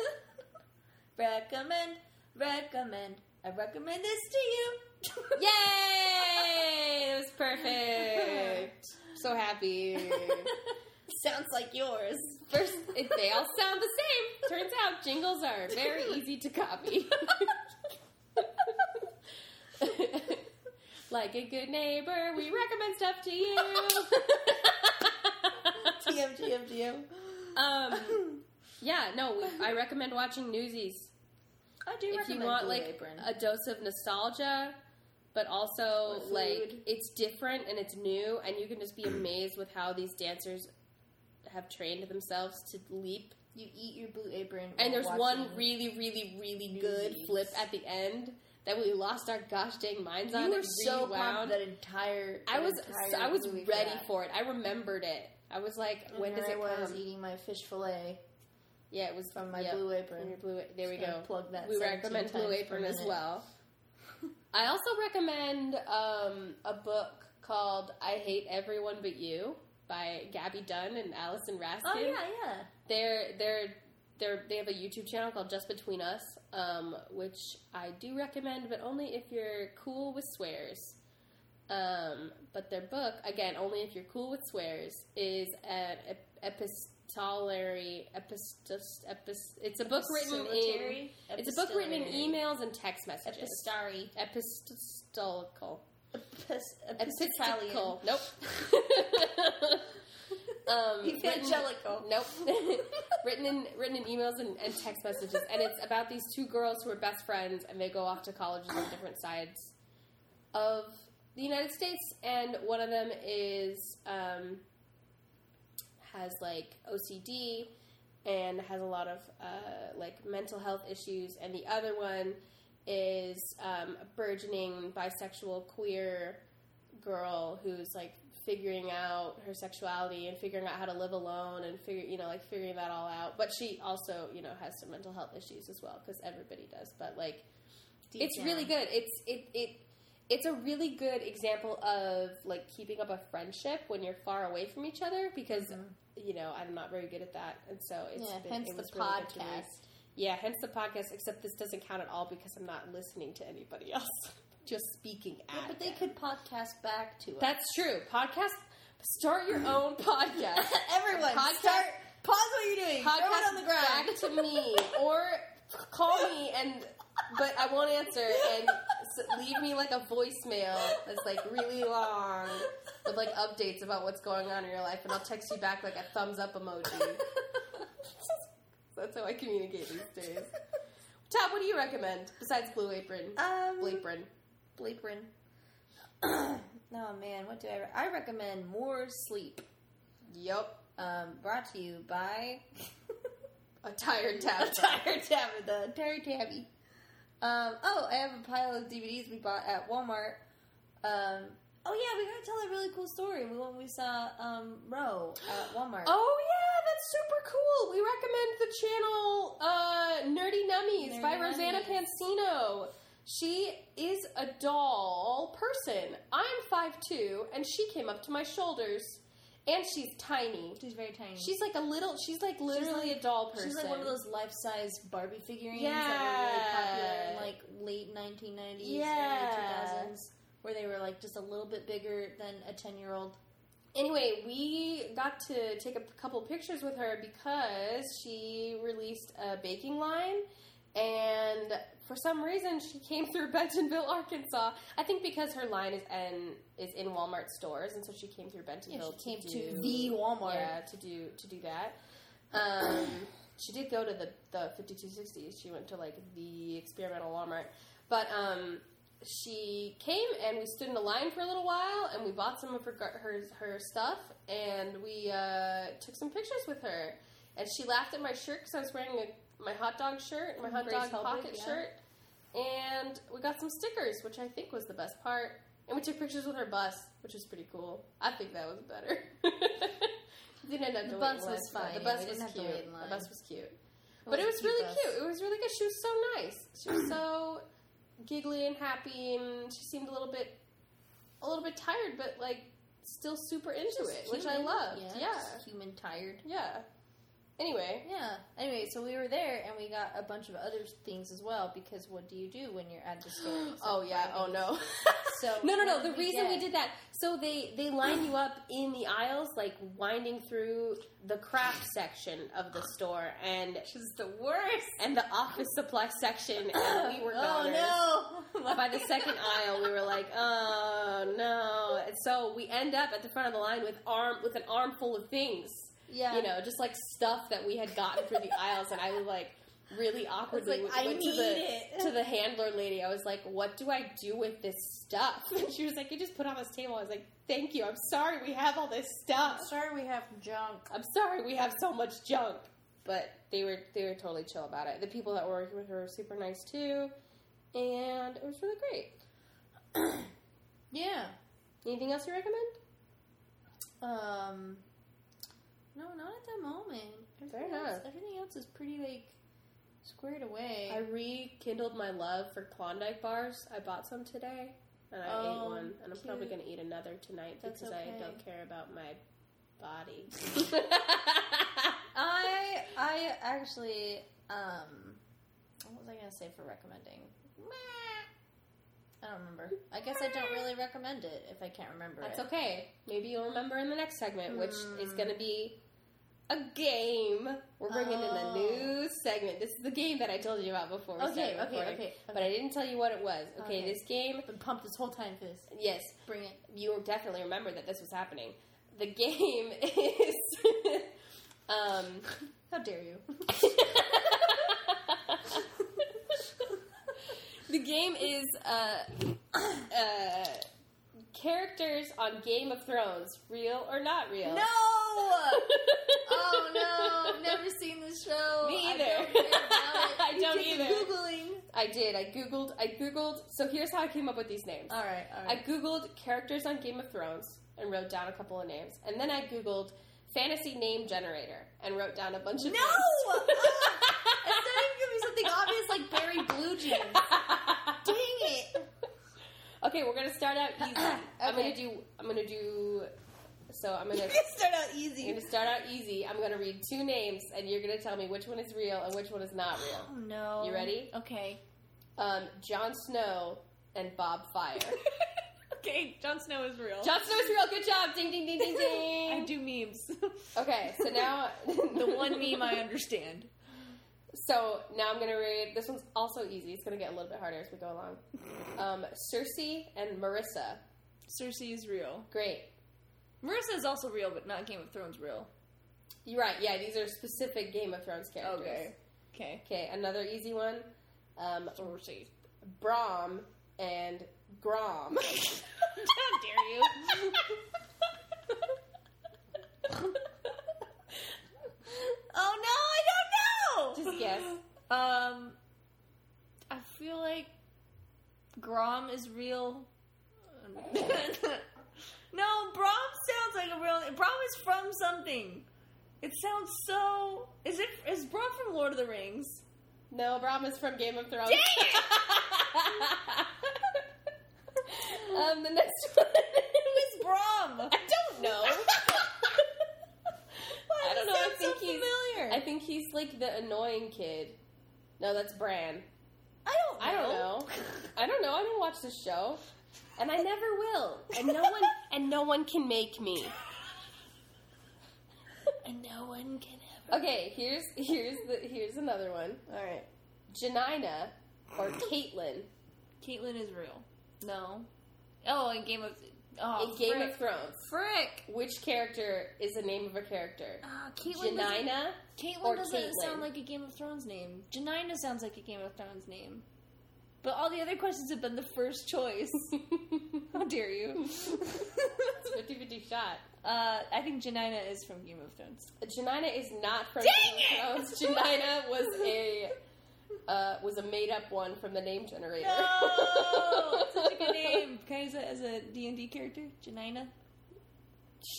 Speaker 1: recommend, recommend. I recommend this to you.
Speaker 2: Yay! It was perfect. So happy.
Speaker 1: Sounds like yours.
Speaker 2: First, it, they all sound the same. Turns out jingles are very easy to copy. like a good neighbor, we recommend stuff to you.
Speaker 1: TM, TM, TM.
Speaker 2: um, yeah, no, I recommend watching Newsies
Speaker 1: I do
Speaker 2: if you
Speaker 1: recommend
Speaker 2: want
Speaker 1: Blue
Speaker 2: like
Speaker 1: Apron.
Speaker 2: a dose of nostalgia but also
Speaker 1: Or food.
Speaker 2: like it's different and it's new and you can just be amazed with how these dancers have trained themselves to leap
Speaker 1: you eat your Blue Apron.
Speaker 2: and
Speaker 1: while
Speaker 2: there's one
Speaker 1: watching-
Speaker 2: really really really
Speaker 1: Newsies.
Speaker 2: good flip at the end that we lost our gosh dang minds on
Speaker 1: You were
Speaker 2: and
Speaker 1: so pumped
Speaker 2: rewound.
Speaker 1: that entire.
Speaker 2: i
Speaker 1: that
Speaker 2: was
Speaker 1: entire
Speaker 2: i was
Speaker 1: movie for
Speaker 2: ready
Speaker 1: that.
Speaker 2: for it i remembered it i was like
Speaker 1: And
Speaker 2: when
Speaker 1: here
Speaker 2: does it
Speaker 1: I was
Speaker 2: come
Speaker 1: eating my fish fillet
Speaker 2: yeah it was
Speaker 1: from my
Speaker 2: yep,
Speaker 1: Blue
Speaker 2: from
Speaker 1: Apron.
Speaker 2: your blue there we
Speaker 1: Just gonna
Speaker 2: go
Speaker 1: Plug that.
Speaker 2: we
Speaker 1: 17
Speaker 2: recommend Blue
Speaker 1: times per
Speaker 2: Apron as
Speaker 1: minute.
Speaker 2: well. I also recommend um, a book called "I Hate Everyone But You" by Gabby Dunn and Allison Raskin.
Speaker 1: Oh yeah, yeah.
Speaker 2: They're they're they're they have a YouTube channel called Just Between Us, um, which I do recommend, but only if you're cool with swears. Um, but their book, again, only if you're cool with swears, is an ep- epistolary epistos epis, It's a book written in
Speaker 1: Epistolary?
Speaker 2: it's a book written in
Speaker 1: Epistolary.
Speaker 2: emails and text messages.
Speaker 1: Epistolary.
Speaker 2: Epistolical.
Speaker 1: Epis- Epistolian.
Speaker 2: Epistolical. Nope. um,
Speaker 1: Evangelical.
Speaker 2: Written, nope. written in written in emails and, and text messages, and it's about these two girls who are best friends, and they go off to colleges on different sides of the United States, and one of them is um, has like OCD and has a lot of uh, like mental health issues, and the other one is um, a burgeoning bisexual queer girl who's like figuring out her sexuality and figuring out how to live alone and figure you know like figuring that all out but she also you know has some mental health issues as well because everybody does but like
Speaker 1: Deep
Speaker 2: it's really
Speaker 1: down.
Speaker 2: good. It's it it it's a really good example of like keeping up a friendship when you're far away from each other because you know I'm not very good at that, and so it's
Speaker 1: Mm-hmm. Yeah,
Speaker 2: been,
Speaker 1: hence
Speaker 2: it
Speaker 1: the
Speaker 2: was really good to me.
Speaker 1: podcast.
Speaker 2: Yeah, hence the podcast. Except this doesn't count at all because I'm not listening to anybody else. Just speaking at.
Speaker 1: Yeah, but they
Speaker 2: them.
Speaker 1: could podcast back to us.
Speaker 2: That's true. Podcast. Start your
Speaker 1: Mm.
Speaker 2: own podcast.
Speaker 1: Everyone,
Speaker 2: Podcast-
Speaker 1: start. Pause what you're doing. Throw it
Speaker 2: podcast
Speaker 1: on the ground.
Speaker 2: back to me or call me and but I won't answer and s- leave me like a voicemail that's like really long with like updates about what's going on in your life and I'll text you back like a thumbs up emoji. That's how I communicate these days. Top, what do you recommend besides Blue Apron?
Speaker 1: um,
Speaker 2: Blue Apron.
Speaker 1: Bleeprin. oh man, what do I? Re- I recommend more sleep.
Speaker 2: Yup.
Speaker 1: um, brought to you by
Speaker 2: A tired
Speaker 1: a
Speaker 2: tab.
Speaker 1: tired Tabitha, tired Tabby. Um, oh, I have a pile of DVDs we bought at Walmart. Um, oh yeah, we gotta tell that really cool story. We when we saw um, Roe at Walmart.
Speaker 2: Oh yeah, that's super cool. We recommend the channel uh, Nerdy Nummies
Speaker 1: Nerdy
Speaker 2: by Rosanna
Speaker 1: Nummies.
Speaker 2: Pansino. She is a doll person. I'm 5'2", and she came up to my shoulders, and she's tiny.
Speaker 1: she's very tiny.
Speaker 2: She's like a little. She's like literally
Speaker 1: like-
Speaker 2: a doll person.
Speaker 1: She's like one of those life-size Barbie figurines that
Speaker 2: Yeah.
Speaker 1: were really popular in like late 1990s,
Speaker 2: Yeah.
Speaker 1: early 2000s, where they were like just a little bit bigger than a 10-year-old.
Speaker 2: Anyway, we got to take a couple pictures with her because she released a baking line, and for some reason, she came through Bentonville, Arkansas. I think because her line is in is in Walmart stores, and so she came through Bentonville.
Speaker 1: she came
Speaker 2: to,
Speaker 1: to
Speaker 2: do-
Speaker 1: the Walmart.
Speaker 2: Yeah, to do to do that. Um, she did go to the the fifty two sixty. She went to like the experimental Walmart, but um, she came and we stood in a line for a little while and we bought some of her gar- her, her stuff and we uh, took some pictures with her and she laughed at my shirt because I was wearing a, my hot dog shirt, my hot
Speaker 1: Grace
Speaker 2: dog
Speaker 1: Helbig,
Speaker 2: pocket
Speaker 1: yeah.
Speaker 2: shirt, and we got some stickers, which I think was the best part. And we took pictures with her bus, which was pretty cool. I think that was better. didn't end up
Speaker 1: The
Speaker 2: doing
Speaker 1: bus
Speaker 2: it
Speaker 1: was
Speaker 2: last, but
Speaker 1: fine,
Speaker 2: The
Speaker 1: yeah,
Speaker 2: bus
Speaker 1: we didn't
Speaker 2: was
Speaker 1: have to wait in
Speaker 2: cute.
Speaker 1: line.
Speaker 2: The bus was cute,
Speaker 1: It
Speaker 2: but it
Speaker 1: a
Speaker 2: was
Speaker 1: cute
Speaker 2: really
Speaker 1: bus.
Speaker 2: cute. It was really good. She was so nice. She was so giggly and happy, and she seemed a little bit, a little bit tired, but like still super into
Speaker 1: Just
Speaker 2: it, which I
Speaker 1: human,
Speaker 2: loved. yeah.
Speaker 1: just human tired.
Speaker 2: Yeah. Anyway,
Speaker 1: Yeah. Anyway, so we were there and we got a bunch of other things as well because what do you do when you're at the store?
Speaker 2: Oh yeah. Oh no.
Speaker 1: So
Speaker 2: no, no,
Speaker 1: what
Speaker 2: no.
Speaker 1: did
Speaker 2: The reason
Speaker 1: get?
Speaker 2: we did that, so they they line you up in the aisles, like winding through the craft section of the store and
Speaker 1: Which is the worst.
Speaker 2: and the office supply section, and Oh, we were goners.
Speaker 1: oh no!
Speaker 2: By the second aisle, we were like, oh no. And so we end up at the front of the line with arm with an armful of things,
Speaker 1: yeah,
Speaker 2: you know, just like stuff that we had gotten through the aisles, and I was like. Really awkwardly
Speaker 1: like, "I
Speaker 2: went to
Speaker 1: need
Speaker 2: the
Speaker 1: it."
Speaker 2: to the handler lady. I was like, "What do I do with this stuff?" And she was like, "You just put it on this table." I was like, "Thank you. I'm sorry we have all this stuff.
Speaker 1: Sorry, we have junk.
Speaker 2: I'm sorry we have so much junk." But they were they were totally chill about it. The people that were working with her were super nice too, and it was really great.
Speaker 1: Yeah.
Speaker 2: Anything else you recommend?
Speaker 1: Um. No, not at the moment. Everything
Speaker 2: Fair
Speaker 1: else,
Speaker 2: enough.
Speaker 1: Everything else is pretty like squared away.
Speaker 2: I rekindled my love for Klondike bars. I bought some today, and I
Speaker 1: Oh,
Speaker 2: ate one, and I'm probably
Speaker 1: cute.
Speaker 2: going to eat another tonight
Speaker 1: That's
Speaker 2: because
Speaker 1: okay.
Speaker 2: I don't care about my body.
Speaker 1: I I actually um what was I gonna say for recommending? I don't remember. I guess I don't really recommend it if I can't remember
Speaker 2: That's
Speaker 1: it.
Speaker 2: okay. Maybe you'll remember in the next segment, which is
Speaker 1: Hmm.
Speaker 2: going to be a game. We're bringing
Speaker 1: Oh.
Speaker 2: in a new segment. This is the game that I told you about before. We
Speaker 1: Okay,
Speaker 2: started
Speaker 1: okay, okay,
Speaker 2: recording,
Speaker 1: okay.
Speaker 2: But I didn't tell you what it was. okay.
Speaker 1: Okay.
Speaker 2: this game.
Speaker 1: I've been pumped this whole time for this.
Speaker 2: Yes,
Speaker 1: Bring it.
Speaker 2: you definitely remember that this was happening. The game is um
Speaker 1: How dare you?
Speaker 2: the game is uh, uh, characters on Game of Thrones, real or not real.
Speaker 1: No! Oh no! I've never seen this show.
Speaker 2: Me either.
Speaker 1: I don't, care about it.
Speaker 2: I
Speaker 1: You
Speaker 2: don't
Speaker 1: did the
Speaker 2: either.
Speaker 1: Googling.
Speaker 2: I did. I googled. I googled. So here's how I came up with these names.
Speaker 1: All right, all
Speaker 2: I
Speaker 1: right.
Speaker 2: googled characters on Game of Thrones and wrote down a couple of names, and then I googled fantasy name generator and wrote down a bunch of
Speaker 1: no!
Speaker 2: names.
Speaker 1: Ugh. it's not even gonna be something obvious like Barry Blue Jeans. Dang it!
Speaker 2: okay, we're gonna start out easy. I'm
Speaker 1: Okay.
Speaker 2: gonna do. I'm gonna do. So I'm gonna.
Speaker 1: start out
Speaker 2: I'm
Speaker 1: easy.
Speaker 2: gonna start out easy. I'm gonna read two names, and you're gonna tell me which one is real and which one is not real.
Speaker 1: Oh no.
Speaker 2: You ready?
Speaker 1: Okay.
Speaker 2: Um, Jon Snow and Bob Fire.
Speaker 1: okay, Jon Snow is real.
Speaker 2: Jon Snow is real. Good job. Ding ding ding ding ding.
Speaker 1: I do memes.
Speaker 2: Okay, so now
Speaker 1: the one meme I understand.
Speaker 2: So now I'm gonna read. This one's also easy. It's gonna get a little bit harder as we go along. Um, Cersei and Marissa.
Speaker 1: Cersei is real.
Speaker 2: Great.
Speaker 1: Marissa is also real, but not Game of Thrones real.
Speaker 2: You're right. Yeah, these are specific Game of Thrones characters.
Speaker 1: Okay. Okay.
Speaker 2: Okay, another easy one. Um,
Speaker 1: Cersei.
Speaker 2: Brom and Grom.
Speaker 1: How dare you?
Speaker 2: Oh,
Speaker 1: Um, Grom is real. no, Brom sounds like a real. Brom is from something. It sounds so. Is it? Is Brom from Lord of the Rings?
Speaker 2: No, Brahm is from Game of Thrones. um, the next one
Speaker 1: Who's Brom?
Speaker 2: I don't know.
Speaker 1: Why
Speaker 2: I don't
Speaker 1: does it
Speaker 2: know, I
Speaker 1: sound so
Speaker 2: think he's-
Speaker 1: familiar.
Speaker 2: I think he's like the annoying kid. No, that's Bran.
Speaker 1: I don't.
Speaker 2: I don't know. I don't know. I don't watch the show, and I never will. And no one and no one can make me.
Speaker 1: and no one can ever.
Speaker 2: Okay, here's here's the here's another one.
Speaker 1: All right.
Speaker 2: Janina or Caitlyn
Speaker 1: Caitlyn is real. No. Oh, in Game of. Oh,
Speaker 2: in Game
Speaker 1: frick.
Speaker 2: of Thrones.
Speaker 1: Frick.
Speaker 2: Which character is the name of a character?
Speaker 1: Ah, Caitlyn. doesn't-
Speaker 2: Janina. or
Speaker 1: Caitlyn doesn't
Speaker 2: Caitlyn.
Speaker 1: sound like a Game of Thrones name. Janina sounds like a Game of Thrones name. But all the other questions have been the first choice. How dare you?
Speaker 2: It's 50-50 shot.
Speaker 1: uh, I think Janina is from Game of Thrones.
Speaker 2: Janina is not from
Speaker 1: Dang
Speaker 2: Game of
Speaker 1: it!
Speaker 2: Thrones. Janina was a uh, was a made up one from the name generator.
Speaker 1: No, such a good name. Can I use that as a D and D character? Janina.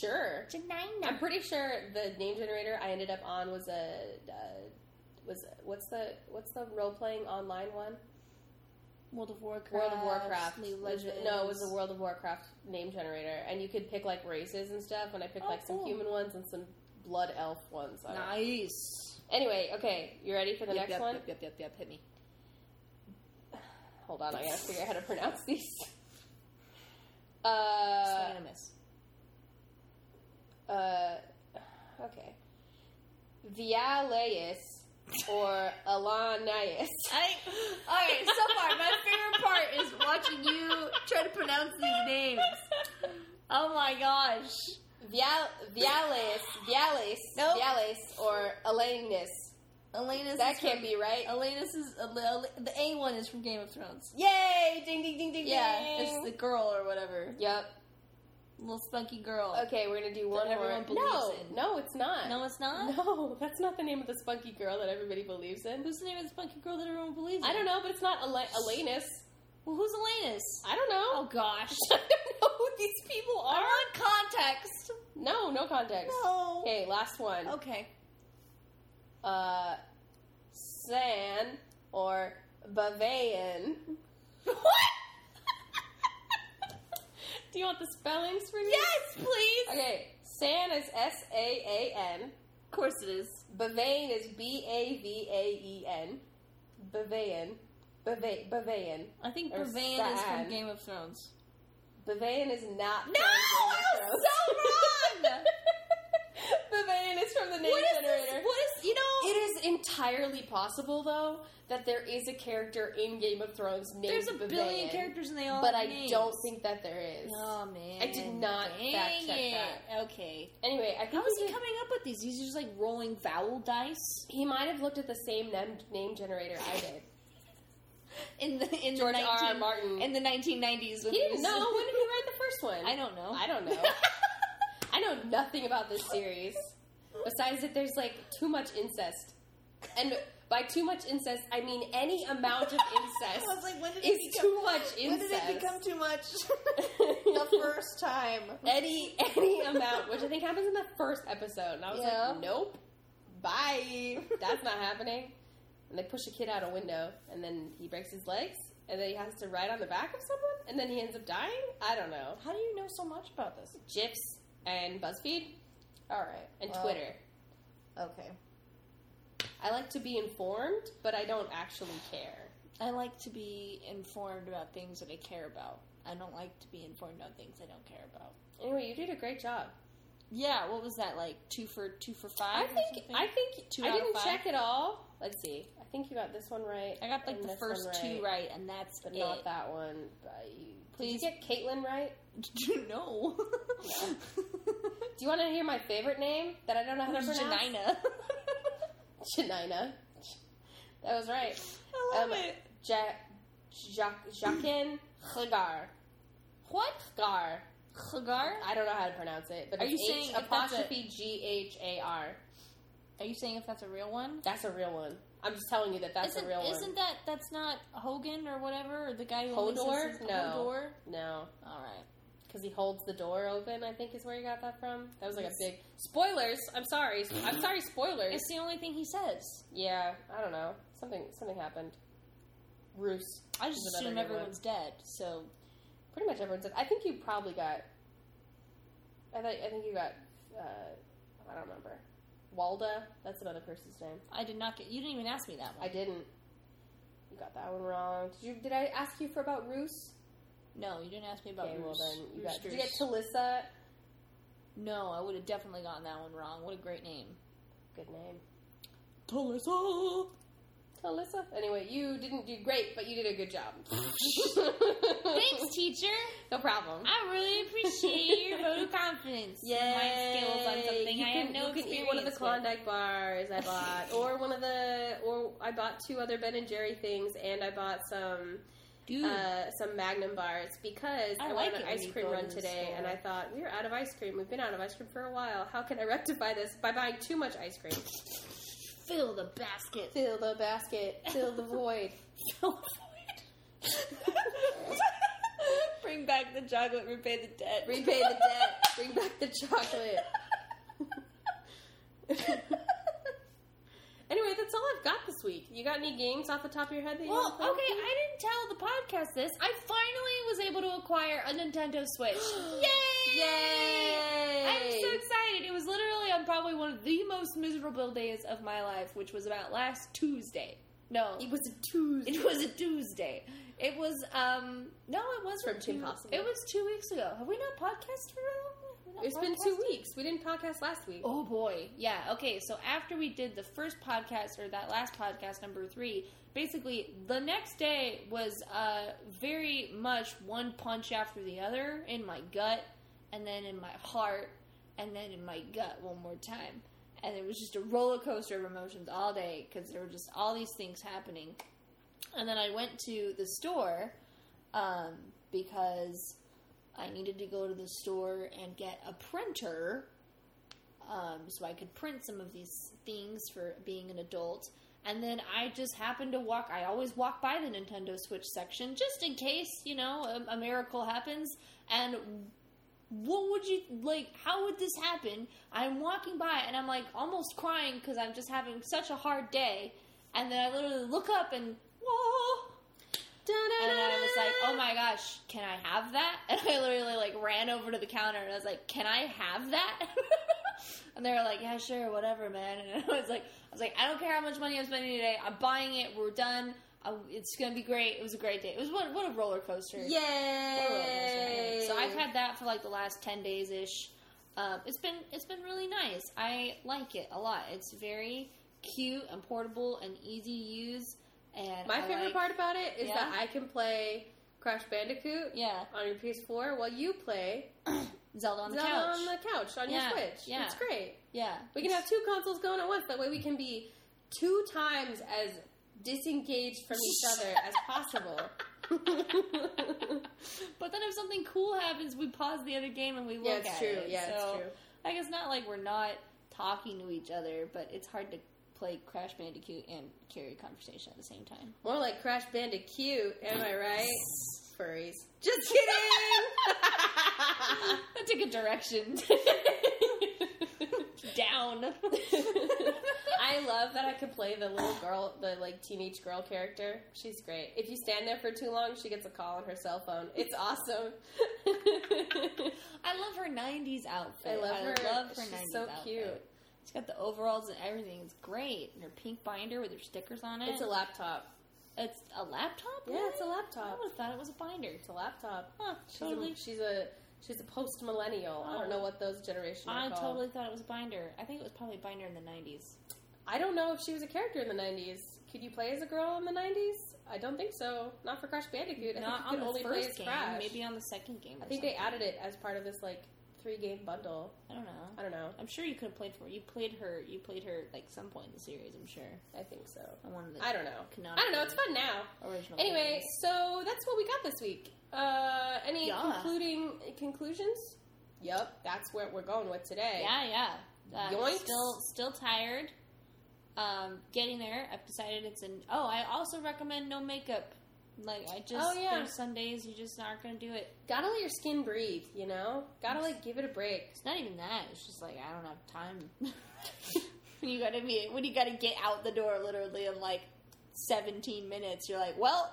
Speaker 2: Sure. I'm
Speaker 1: Janina.
Speaker 2: pretty sure the name generator I ended up on was a uh, was what's the what's the role playing online one?
Speaker 1: World of Warcraft.
Speaker 2: World of Warcraft.
Speaker 1: League of
Speaker 2: Was-
Speaker 1: Legends.
Speaker 2: No, it was the World of Warcraft name generator, and you could pick like races and stuff. And I picked
Speaker 1: Oh,
Speaker 2: like some
Speaker 1: cool.
Speaker 2: human ones and some blood elf ones. I don't-
Speaker 1: Nice.
Speaker 2: Anyway, okay, you ready for the
Speaker 1: Yep,
Speaker 2: next
Speaker 1: yep,
Speaker 2: one?
Speaker 1: Yep, yep, yep, yep. Hit me.
Speaker 2: Hold on, I gotta figure out how to pronounce these. Uh,
Speaker 1: Swing and a miss.
Speaker 2: uh, okay, Vialeus or Alanias.
Speaker 1: I, all right, so far my favorite part is watching you try to pronounce these names. Oh my gosh!
Speaker 2: Vial- Vialis, Vialis,
Speaker 1: Nope.
Speaker 2: Vialis, or Alanis.
Speaker 1: Elena's
Speaker 2: That
Speaker 1: is
Speaker 2: can't
Speaker 1: from,
Speaker 2: be right.
Speaker 1: Elena's is Ale- Ale- the A one is from Game of Thrones.
Speaker 2: Yay! Ding, ding, ding, ding,
Speaker 1: Yeah,
Speaker 2: ding.
Speaker 1: it's the girl or whatever,
Speaker 2: Yep.
Speaker 1: little spunky girl.
Speaker 2: Okay, we're gonna do one
Speaker 1: everyone
Speaker 2: more. No,
Speaker 1: believes in.
Speaker 2: no, it's not.
Speaker 1: No, it's not.
Speaker 2: No, that's not the name of the spunky girl that everybody believes in.
Speaker 1: Who's the name of the spunky girl that everyone believes? in?
Speaker 2: I don't know, but it's not Ala- Alanis.
Speaker 1: Well, who's Elena's?
Speaker 2: I don't know.
Speaker 1: Oh gosh!
Speaker 2: I don't know who these people
Speaker 1: I
Speaker 2: are.
Speaker 1: want context.
Speaker 2: No, no context.
Speaker 1: No.
Speaker 2: Okay, last one.
Speaker 1: Okay.
Speaker 2: Uh, San or Bavarian.
Speaker 1: What?
Speaker 2: Do you want the spellings for these?
Speaker 1: yes, please.
Speaker 2: Okay, San is S A A N.
Speaker 1: Of course it is.
Speaker 2: Bavarian is B A V A E N. Bavarian. Bava- Bavarian.
Speaker 1: I think
Speaker 2: Or
Speaker 1: Bravan is
Speaker 2: Stan.
Speaker 1: from Game of Thrones.
Speaker 2: Bavarian is not.
Speaker 1: No, I was so wrong.
Speaker 2: Bavarian is from the name
Speaker 1: What is
Speaker 2: generator.
Speaker 1: this? What is you know?
Speaker 2: It is entirely possible, though, that there is a character in Game of Thrones named
Speaker 1: There's a
Speaker 2: Vivian,
Speaker 1: billion characters and they all.
Speaker 2: but
Speaker 1: have
Speaker 2: I
Speaker 1: names.
Speaker 2: don't think that there is.
Speaker 1: Oh man!
Speaker 2: I did not
Speaker 1: Dang
Speaker 2: fact check
Speaker 1: it.
Speaker 2: that.
Speaker 1: Okay.
Speaker 2: Anyway, I
Speaker 1: How
Speaker 2: think
Speaker 1: is
Speaker 2: he,
Speaker 1: he coming up with these? He's just like rolling vowel dice
Speaker 2: he might have looked at the same name, name generator I did.
Speaker 1: in the in
Speaker 2: George
Speaker 1: the
Speaker 2: R.
Speaker 1: 19,
Speaker 2: R. Martin.
Speaker 1: in the 1990s. With
Speaker 2: he didn't
Speaker 1: these.
Speaker 2: know. When did he write the first one?
Speaker 1: I don't know.
Speaker 2: I don't know. I know nothing about this series besides that there's like too much incest, and by too much incest I mean any amount of incest.
Speaker 1: I was like, when did it
Speaker 2: is
Speaker 1: become?
Speaker 2: too much
Speaker 1: When
Speaker 2: incest.
Speaker 1: did it become too much? the first time.
Speaker 2: any any amount, which I think happens in the first episode. And I was
Speaker 1: Yeah.
Speaker 2: like, nope, bye, that's not happening. And they push a kid out a window, and then he breaks his legs, and then he has to ride on the back of someone, and then he ends up dying. I don't know.
Speaker 1: How do you know so much about this?
Speaker 2: GIFs and BuzzFeed
Speaker 1: All right.
Speaker 2: and
Speaker 1: well,
Speaker 2: Twitter.
Speaker 1: Okay.
Speaker 2: I like to be informed, but I don't actually care.
Speaker 1: I like to be informed about things that I care about. I don't like to be informed about things I don't care about.
Speaker 2: Anyway, you did a great job.
Speaker 1: Yeah, what was that like? Two for two for five?
Speaker 2: I think I think
Speaker 1: Two
Speaker 2: I
Speaker 1: out of
Speaker 2: didn't
Speaker 1: five?
Speaker 2: check at all. Let's see. I think you got this one right.
Speaker 1: I got like
Speaker 2: and
Speaker 1: the
Speaker 2: this one
Speaker 1: first two right, and that's
Speaker 2: but
Speaker 1: it.
Speaker 2: not that one. But you,
Speaker 1: Please.
Speaker 2: Did you get Caitlin right?
Speaker 1: no,
Speaker 2: Do you want to hear my favorite name that I don't know how to
Speaker 1: Who's
Speaker 2: pronounce?
Speaker 1: Janina.
Speaker 2: Janina. That was right.
Speaker 1: I love
Speaker 2: Um,
Speaker 1: it.
Speaker 2: Ja- ja- Jacquin Hagar. What? Gar.
Speaker 1: Hagar.
Speaker 2: I don't know how to pronounce it, but
Speaker 1: Are
Speaker 2: it's
Speaker 1: you
Speaker 2: H
Speaker 1: saying if that's a-
Speaker 2: apostrophe G H A R.
Speaker 1: Are you saying if that's a real one?
Speaker 2: That's a real one. I'm just telling you that that's
Speaker 1: isn't,
Speaker 2: a real
Speaker 1: Isn't that that's not Hogan or whatever or the guy who
Speaker 2: Hodor?
Speaker 1: always says his-
Speaker 2: No.
Speaker 1: Hodor?
Speaker 2: one. No,
Speaker 1: All right.
Speaker 2: because he holds the door open. I think is where you got that from. That was like a
Speaker 1: Yes.
Speaker 2: big spoilers. I'm sorry. I'm sorry. Spoilers.
Speaker 1: It's the only thing he says.
Speaker 2: yeah, I don't know. Something something happened. Roos.
Speaker 1: I just
Speaker 2: Is another
Speaker 1: assume
Speaker 2: good one.
Speaker 1: everyone's dead. So
Speaker 2: Pretty much everyone said. I think you probably got. I think I think you got. Uh, I don't remember. Walda. That's another person's name.
Speaker 1: I did not get. You didn't even ask me that one.
Speaker 2: I didn't. You got that one wrong. Did you? Did I ask you for about Roos?
Speaker 1: no, you didn't ask me about.
Speaker 2: Okay, well
Speaker 1: roos-
Speaker 2: then you got. Did you get
Speaker 1: roosters.
Speaker 2: Talissa?
Speaker 1: No, I would have definitely gotten that one wrong. What a great name.
Speaker 2: Good name.
Speaker 1: Tulsa.
Speaker 2: Talissa. Anyway, you didn't do great, but you did a good job.
Speaker 1: Thanks, teacher.
Speaker 2: No problem.
Speaker 1: I really appreciate your vote of confidence. in My skills on something
Speaker 2: You
Speaker 1: I
Speaker 2: can,
Speaker 1: have
Speaker 2: you
Speaker 1: no
Speaker 2: can eat
Speaker 1: experience
Speaker 2: one of the
Speaker 1: with.
Speaker 2: Klondike bars I bought, or one of the, or I bought two other Ben and Jerry things, and I bought some
Speaker 1: Dude,
Speaker 2: uh, some Magnum bars because
Speaker 1: I
Speaker 2: I,
Speaker 1: like
Speaker 2: wanted
Speaker 1: it
Speaker 2: an
Speaker 1: when
Speaker 2: ice
Speaker 1: you
Speaker 2: cream
Speaker 1: go to
Speaker 2: run
Speaker 1: the
Speaker 2: today,
Speaker 1: store.
Speaker 2: and I thought we are out of ice cream. We've been out of ice cream for a while. How can I rectify this by buying too much ice cream?
Speaker 1: fill the basket.
Speaker 2: Fill the basket, fill the void.
Speaker 1: Bring back the chocolate, repay the debt.
Speaker 2: Repay the debt. Bring back the chocolate. anyway, that's all I've got this week. You got any games off the top of your head that you
Speaker 1: Well,
Speaker 2: want
Speaker 1: okay,
Speaker 2: to play?
Speaker 1: I didn't tell the podcast this. I finally was able to acquire a Nintendo Switch. Yay!
Speaker 2: Yay!
Speaker 1: I'm so excited. It was literally on probably one of the most miserable days of my life, which was about last Tuesday. No,
Speaker 2: It was a Tuesday.
Speaker 1: it was a Tuesday. It was um no, it was
Speaker 2: From Kim Possible.
Speaker 1: It was two weeks ago. Have we not podcasted for that long?
Speaker 2: It's been two
Speaker 1: weeks.
Speaker 2: weeks. We didn't podcast last week.
Speaker 1: Oh boy. Yeah. Okay. So after we did the first podcast or that last podcast number three, basically the next day was uh, very much one punch after the other in my gut, and then in my heart, and then in my gut one more time, and it was just a roller coaster of emotions all day because there were just all these things happening, and then I went to the store um, because. I needed to go to the store and get a printer um, so I could print some of these things for being an adult. And then I just happened to walk. I always walk by the Nintendo Switch section just in case, you know, a, a miracle happens. And what would you like? How would this happen? I'm walking by and I'm like almost crying because I'm just having such a hard day. And then I literally look up and whoa, and then I was like, "Oh my gosh, can I have that?" And I literally like ran over to the counter and I was like, "Can I have that?" and they were like, "Yeah, sure, whatever, man." And I was like, "I was like, I don't care how much money I'm spending today. I'm buying it. We're done. I, it's gonna be great. It was a great day. It was what what a roller coaster. What a roller coaster I
Speaker 2: Yay!
Speaker 1: had. So I've had that for like the last ten days ish. Um, it's been it's been really nice. I like it a lot. It's very cute and portable and easy to use. And
Speaker 2: My
Speaker 1: I
Speaker 2: favorite
Speaker 1: like-
Speaker 2: part about it is
Speaker 1: Yeah?
Speaker 2: that I can play Crash Bandicoot
Speaker 1: yeah,
Speaker 2: on your PS4 while you play
Speaker 1: Zelda on the
Speaker 2: Zelda
Speaker 1: couch.
Speaker 2: on the couch on
Speaker 1: Yeah,
Speaker 2: your Switch.
Speaker 1: yeah.
Speaker 2: It's great.
Speaker 1: Yeah.
Speaker 2: We can have two consoles going at once. That way we can be two times as disengaged from each other as possible.
Speaker 1: But then if something cool happens, we pause the other game and we look
Speaker 2: yeah, it's
Speaker 1: at
Speaker 2: true.
Speaker 1: it.
Speaker 2: Yeah,
Speaker 1: So,
Speaker 2: it's true.
Speaker 1: Like it's not like we're not talking to each other, but it's hard to play Crash Bandicoot and carry a conversation at the same time.
Speaker 2: More like Crash Bandicoot, am I right? Furries. Just kidding!
Speaker 1: that took a direction down.
Speaker 2: I love that I could play the little girl, the like teenage girl character. She's great. If you stand there for too long, she gets a call on her cell phone. It's awesome.
Speaker 1: I love her '90s outfit.
Speaker 2: I love her.
Speaker 1: love her
Speaker 2: She's
Speaker 1: 90s
Speaker 2: so
Speaker 1: outfit.
Speaker 2: cute.
Speaker 1: She's got the overalls and everything. It's great. And her pink binder with her stickers on it.
Speaker 2: It's a laptop.
Speaker 1: It's a laptop.
Speaker 2: Yeah, it's a
Speaker 1: really? I
Speaker 2: laptop.
Speaker 1: would have thought it was a binder.
Speaker 2: It's a laptop.
Speaker 1: Huh,
Speaker 2: She's
Speaker 1: totally.
Speaker 2: a, she's a she's a post millennial. I don't know what those generations are
Speaker 1: I
Speaker 2: called.
Speaker 1: totally thought it was Binder. I think it was probably Binder in the 90s.
Speaker 2: I don't know if she was a character in the '90s. Could you play as a girl in the '90s? I don't think so. Not for Crash Bandicoot. I think
Speaker 1: Not
Speaker 2: you
Speaker 1: on
Speaker 2: could
Speaker 1: the
Speaker 2: only play as
Speaker 1: first game,
Speaker 2: Crash.
Speaker 1: maybe on the second game.
Speaker 2: I
Speaker 1: or
Speaker 2: think they
Speaker 1: something.
Speaker 2: added it as part of this like three game bundle.
Speaker 1: I don't know.
Speaker 2: I don't know.
Speaker 1: I'm sure you could have played for you played her you played her like some point in the series, I'm sure.
Speaker 2: I think so.
Speaker 1: On one of the
Speaker 2: I don't know.
Speaker 1: canonical
Speaker 2: I don't know. It's fun now.
Speaker 1: original
Speaker 2: Anyway,
Speaker 1: games.
Speaker 2: so that's what we got this week. Uh, any
Speaker 1: Yeah.
Speaker 2: concluding conclusions? Yep, that's where we're going with today.
Speaker 1: Yeah, yeah. Uh,
Speaker 2: Yoinks.
Speaker 1: still still tired. Um, getting there, I've decided it's an. Oh, I also recommend no makeup. Like I just,
Speaker 2: Oh, yeah.
Speaker 1: there's some days you just aren't gonna do it.
Speaker 2: Gotta let your skin breathe, you know? Gotta like give it a break.
Speaker 1: It's not even that. It's just like I don't have time. when you gotta be, when you gotta get out the door, literally in like 17 minutes, you're like, well,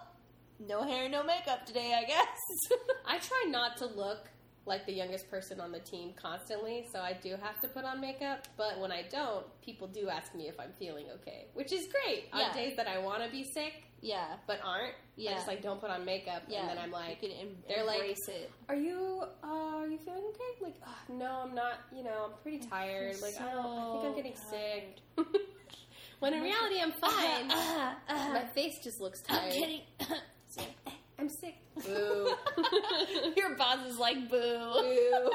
Speaker 1: no hair, no makeup today, I guess.
Speaker 2: I try not to look like the youngest person on the team constantly, so I do have to put on makeup. But when I don't, people do ask me if I'm feeling okay, which is great
Speaker 1: Yeah.
Speaker 2: on days that I want to be sick
Speaker 1: yeah,
Speaker 2: but aren't. I
Speaker 1: Yeah.
Speaker 2: just like don't put on makeup,
Speaker 1: yeah.
Speaker 2: and then I'm like,
Speaker 1: you can em-
Speaker 2: they're like-
Speaker 1: embrace it.
Speaker 2: "Are you? Uh, are you feeling okay?" Like, "Ugh, "No, I'm not. You know, I'm pretty tired. Like, I, don't, I think I'm
Speaker 1: so
Speaker 2: getting
Speaker 1: tired.
Speaker 2: sick." when in reality, I'm fine.
Speaker 1: Uh, uh, uh,
Speaker 2: My face just looks
Speaker 1: I'm
Speaker 2: tired.
Speaker 1: kidding.
Speaker 2: I'm sick. Boo.
Speaker 1: Your boss is like, boo.
Speaker 2: Boo.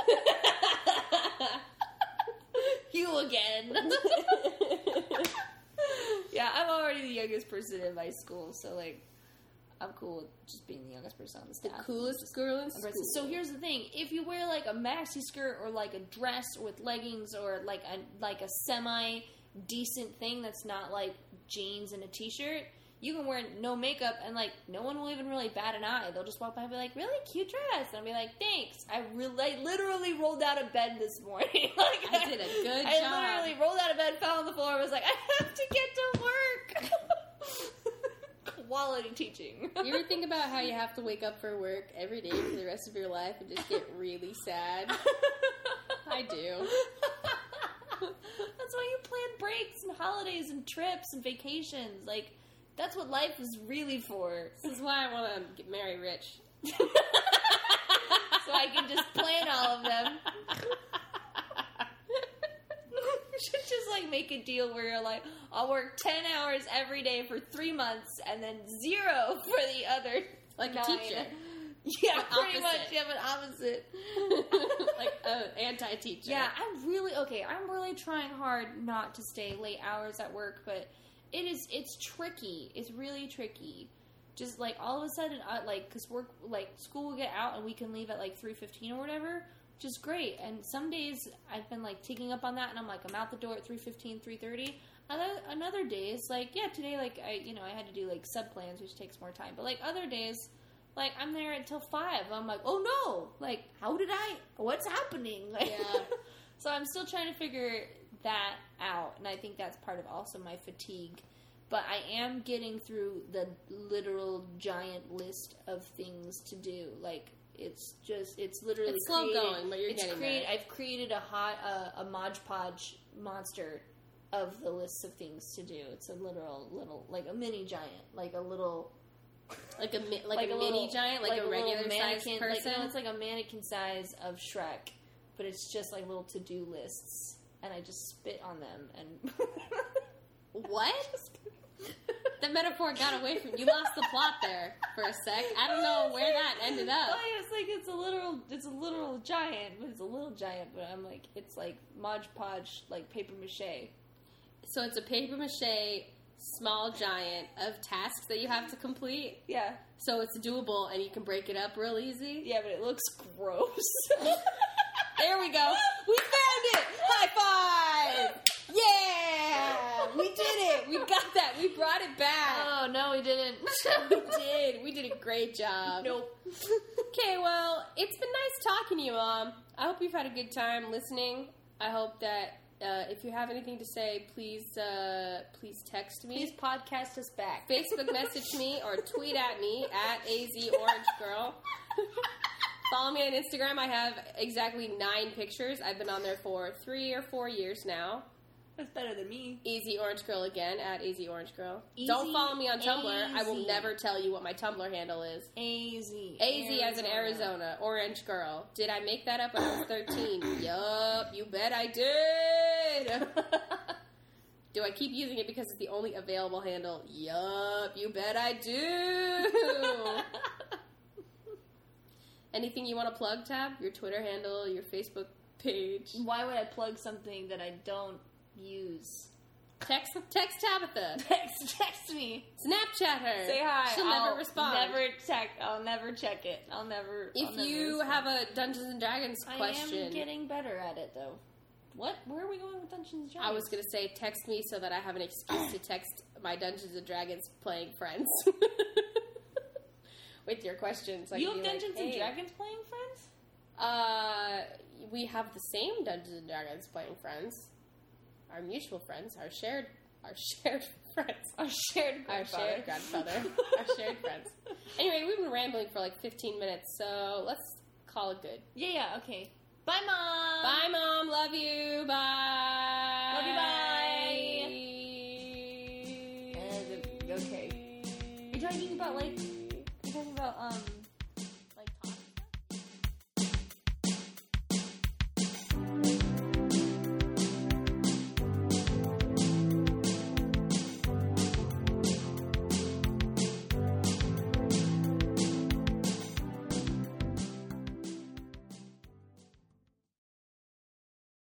Speaker 1: you again. yeah, I'm already the youngest person in my school, so like, I'm cool with just being the youngest person on the
Speaker 2: the
Speaker 1: staff.
Speaker 2: coolest girl in school.
Speaker 1: So here's the thing: if you wear like a maxi skirt or like a dress with leggings or like a like a semi decent thing that's not like jeans and a t-shirt, you can wear no makeup and like no one will even really bat an eye. They'll just walk by and be like, "Really cute dress," and I'll be like, "Thanks." I really I literally rolled out of bed this morning. like
Speaker 2: I did a good
Speaker 1: I
Speaker 2: job.
Speaker 1: literally rolled out of bed, fell on the floor, and was like, "I have to get to work." Quality teaching.
Speaker 2: You ever think about how you have to wake up for work every day for the rest of your life and just get really sad? I do.
Speaker 1: that's why you plan breaks and holidays and trips and vacations. Like, that's what life is really for.
Speaker 2: This is why I want to marry rich.
Speaker 1: So I can just plan all of them. you should just like make a deal where you're like, I'll work 10 hours every day for three months and then zero for the other.
Speaker 2: Like
Speaker 1: nine.
Speaker 2: a teacher.
Speaker 1: Yeah, pretty
Speaker 2: Opposite.
Speaker 1: much. You have an opposite.
Speaker 2: like an anti teacher.
Speaker 1: Yeah, I'm really okay. I'm really trying hard not to stay late hours at work, but it is it's tricky. It's really tricky. Just like all of a sudden, I, like because work like school will get out and we can leave at like three fifteen or whatever, which is great. And some days I've been like taking up on that, and I'm like I'm out the door at 3.15, 3.30. Other another days like yeah today like I you know I had to do like sub plans which takes more time, but like other days like I'm there until five. I'm like, oh no! Like, how did I? What's happening? Like,
Speaker 2: Yeah.
Speaker 1: so I'm still trying to figure that out, and I think that's part of also my fatigue. But I am getting through the literal giant list of things to do. Like, it's just it's literally
Speaker 2: It's slow
Speaker 1: created-
Speaker 2: going, but you're
Speaker 1: it's
Speaker 2: getting
Speaker 1: create-
Speaker 2: there.
Speaker 1: I've created a hot uh, a Mod Podge monster of the lists of things to do. It's a literal little like a mini giant, like a little
Speaker 2: Like a mi- like, a, mini
Speaker 1: little-
Speaker 2: giant, like, a
Speaker 1: little
Speaker 2: regular sized
Speaker 1: mannequin- like,
Speaker 2: person.
Speaker 1: no, it's like a mannequin size of Shrek, but it's just like little to do lists, and I just spit on them. And
Speaker 2: what? the metaphor got away from you. Lost the plot there for a sec. I don't know where that ended up.
Speaker 1: Well, it's like it's a literal, it's a literal giant, but it's a little giant. But I'm like, it's like Mod Podge, like paper mache.
Speaker 2: So it's a paper mache small giant of tasks that you have to complete.
Speaker 1: Yeah,
Speaker 2: So it's doable and you can break it up real easy.
Speaker 1: yeah, but it looks gross.
Speaker 2: There we go. We found it. High five. Yeah. We did it. We got that. We brought it back.
Speaker 1: oh no, we didn't.
Speaker 2: we did. We did a great job.
Speaker 1: Oh. nope.
Speaker 2: Okay, well, it's been nice talking to you, Mom. I hope you've had a good time listening. I hope that uh, if you have anything to say, please uh, please text me.
Speaker 1: Please podcast us back.
Speaker 2: Facebook message me or tweet at me at azorangegirl. Follow me on Instagram. I have exactly nine pictures. I've been on there for three or four years now.
Speaker 1: That's better than me.
Speaker 2: Easy Orange Girl again at Easy Orange Girl.
Speaker 1: Easy,
Speaker 2: Don't follow me on Tumblr. I will
Speaker 1: easy.
Speaker 2: never tell you what my Tumblr handle is.
Speaker 1: AZ.
Speaker 2: AZ as in Arizona, Orange Girl. Did I make that up when I was 13? yup, you bet I did. do I keep using it because it's the only available handle? Yup, you bet I do. Anything you want to plug, Tab? Your Twitter handle, your Facebook page.
Speaker 1: Why would I plug something that I don't use?
Speaker 2: Text, text Tabitha.
Speaker 1: Text, text me.
Speaker 2: Snapchat her.
Speaker 1: Say hi.
Speaker 2: She'll
Speaker 1: I'll
Speaker 2: never respond.
Speaker 1: Never check. I'll never check it. I'll never. I'll
Speaker 2: if
Speaker 1: never
Speaker 2: you
Speaker 1: respond.
Speaker 2: have a Dungeons and Dragons
Speaker 1: I
Speaker 2: question,
Speaker 1: am getting better at it though. What? Where are we going with Dungeons and Dragons?
Speaker 2: I was gonna say text me so that I have an excuse to text my Dungeons and Dragons playing friends with your questions. I
Speaker 1: you
Speaker 2: can
Speaker 1: have
Speaker 2: be like,
Speaker 1: Dungeons and
Speaker 2: "Hey,
Speaker 1: Dragons playing friends?
Speaker 2: Uh, we have the same Dungeons and Dragons playing friends, our mutual friends, our shared, our shared friends,
Speaker 1: Our shared
Speaker 2: our
Speaker 1: grandfather.
Speaker 2: shared grandfather, our shared friends. Anyway, we've been rambling for like 15 minutes, so let's call it good.
Speaker 1: Yeah, yeah, okay. Bye, mom.
Speaker 2: Bye, mom. Love you. Bye.